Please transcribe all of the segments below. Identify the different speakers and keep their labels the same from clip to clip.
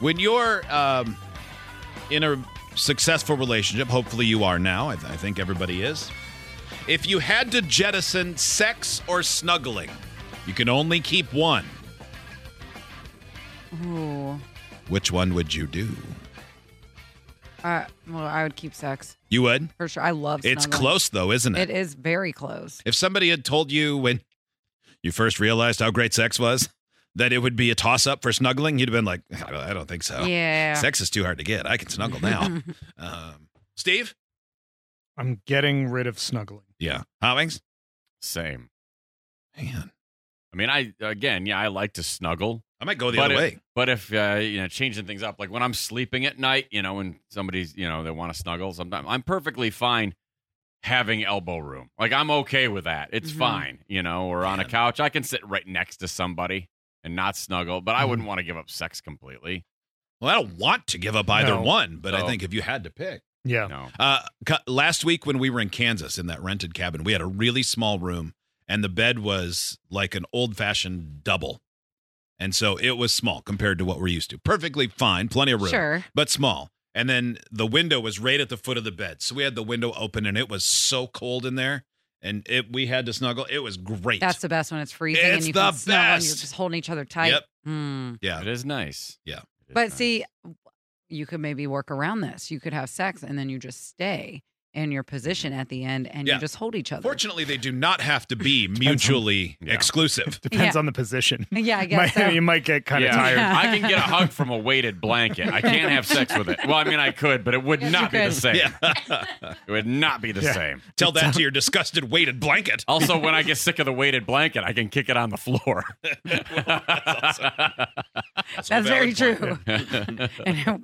Speaker 1: When you're um, in a successful relationship, hopefully you are now, I, th- I think everybody is. If you had to jettison sex or snuggling, you can only keep one.
Speaker 2: Ooh.
Speaker 1: Which one would you do?
Speaker 2: Uh, well, I would keep sex
Speaker 1: You would?
Speaker 2: for sure. I love.
Speaker 1: It's
Speaker 2: snuggling.
Speaker 1: close, though, isn't
Speaker 2: It is very close.
Speaker 1: If somebody had told you when you first realized how great sex was that it would be a toss up for snuggling, you'd have been like, I don't- I don't think so.
Speaker 2: Yeah.
Speaker 1: Sex is too hard to get. I can snuggle now. um, Steve?
Speaker 3: I'm getting rid of snuggling.
Speaker 1: Yeah. Howings?
Speaker 4: Same.
Speaker 1: Man,
Speaker 4: I mean, I again, yeah, I like to snuggle,
Speaker 1: I might go the
Speaker 4: but
Speaker 1: other
Speaker 4: if,
Speaker 1: way.
Speaker 4: but if uh, you know, changing things up, like when I'm sleeping at night, you know, and somebody's, you know, they want to snuggle, sometimes I'm perfectly fine having elbow room. Like I'm okay with that. It's
Speaker 2: Mhm.
Speaker 4: fine, you know, or on
Speaker 1: Mm-hmm.
Speaker 4: a
Speaker 1: Man.
Speaker 4: couch, I can sit right next to somebody and not snuggle, but
Speaker 1: Mm-hmm.
Speaker 4: I wouldn't want to give up sex completely.
Speaker 1: Well, I don't want to give up either
Speaker 3: No.
Speaker 1: one, but I
Speaker 4: No.
Speaker 1: think if you had to pick.
Speaker 3: Yeah.
Speaker 4: No.
Speaker 1: Uh, cu- last week when we were in Kansas in that rented cabin, we had a really small room and the bed was like an old fashioned double. And so it was small compared to what we're used to. Perfectly fine, plenty of room,
Speaker 2: Sure.
Speaker 1: but small. And then the window was right at the foot of the bed. So we had the window open and it was so cold in there. And it, we had to snuggle. It was great.
Speaker 2: That's the best when it's freezing
Speaker 1: It's
Speaker 2: and you
Speaker 1: the
Speaker 2: can snuggle and you're
Speaker 1: best.
Speaker 2: just holding each other tight.
Speaker 1: Yep.
Speaker 2: Mm.
Speaker 1: yeah.
Speaker 4: It is nice.
Speaker 1: Yeah.
Speaker 4: It is
Speaker 2: But
Speaker 4: nice.
Speaker 2: see, you could maybe work around this. You could have sex and then you just stay in your position at the end and
Speaker 1: Yeah.
Speaker 2: you just hold each other.
Speaker 1: Fortunately, they do not have to be
Speaker 3: on-
Speaker 1: mutually
Speaker 4: Yeah.
Speaker 1: exclusive.
Speaker 3: Depends on the position.
Speaker 2: Yeah, I
Speaker 3: Might-
Speaker 2: guess so.
Speaker 3: you might get kind of
Speaker 4: Yeah.
Speaker 3: tired.
Speaker 2: Yeah.
Speaker 4: I can get a hug from a weighted blanket. I can't have sex with it. Well, I mean, I could, but it would
Speaker 2: Yes, you
Speaker 4: not be the
Speaker 2: could.
Speaker 4: same.
Speaker 1: Yeah.
Speaker 4: It would not be the
Speaker 3: Yeah.
Speaker 4: same.
Speaker 1: Tell that to your disgusted weighted blanket.
Speaker 4: Also, when I get sick of the weighted blanket, I can kick it on the floor.
Speaker 2: That's very true.
Speaker 4: right,
Speaker 2: and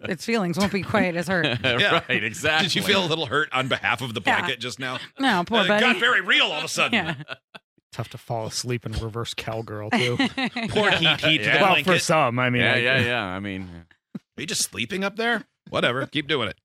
Speaker 2: its feelings won't be quite as hurt.
Speaker 4: exactly.
Speaker 1: Did you feel a little hurt on behalf of the blanket just now?
Speaker 2: No, poor
Speaker 1: Uh, it got
Speaker 2: buddy.
Speaker 1: very real all of a sudden.
Speaker 2: Yeah.
Speaker 3: Tough to fall asleep in reverse cowgirl too.
Speaker 1: Poor heat heat to the
Speaker 4: Yeah.
Speaker 3: well, for
Speaker 1: blanket.
Speaker 3: some, I mean,
Speaker 4: Yeah,
Speaker 3: I-
Speaker 4: yeah, yeah. I mean,
Speaker 1: Are you just sleeping up there? Whatever. Keep doing it.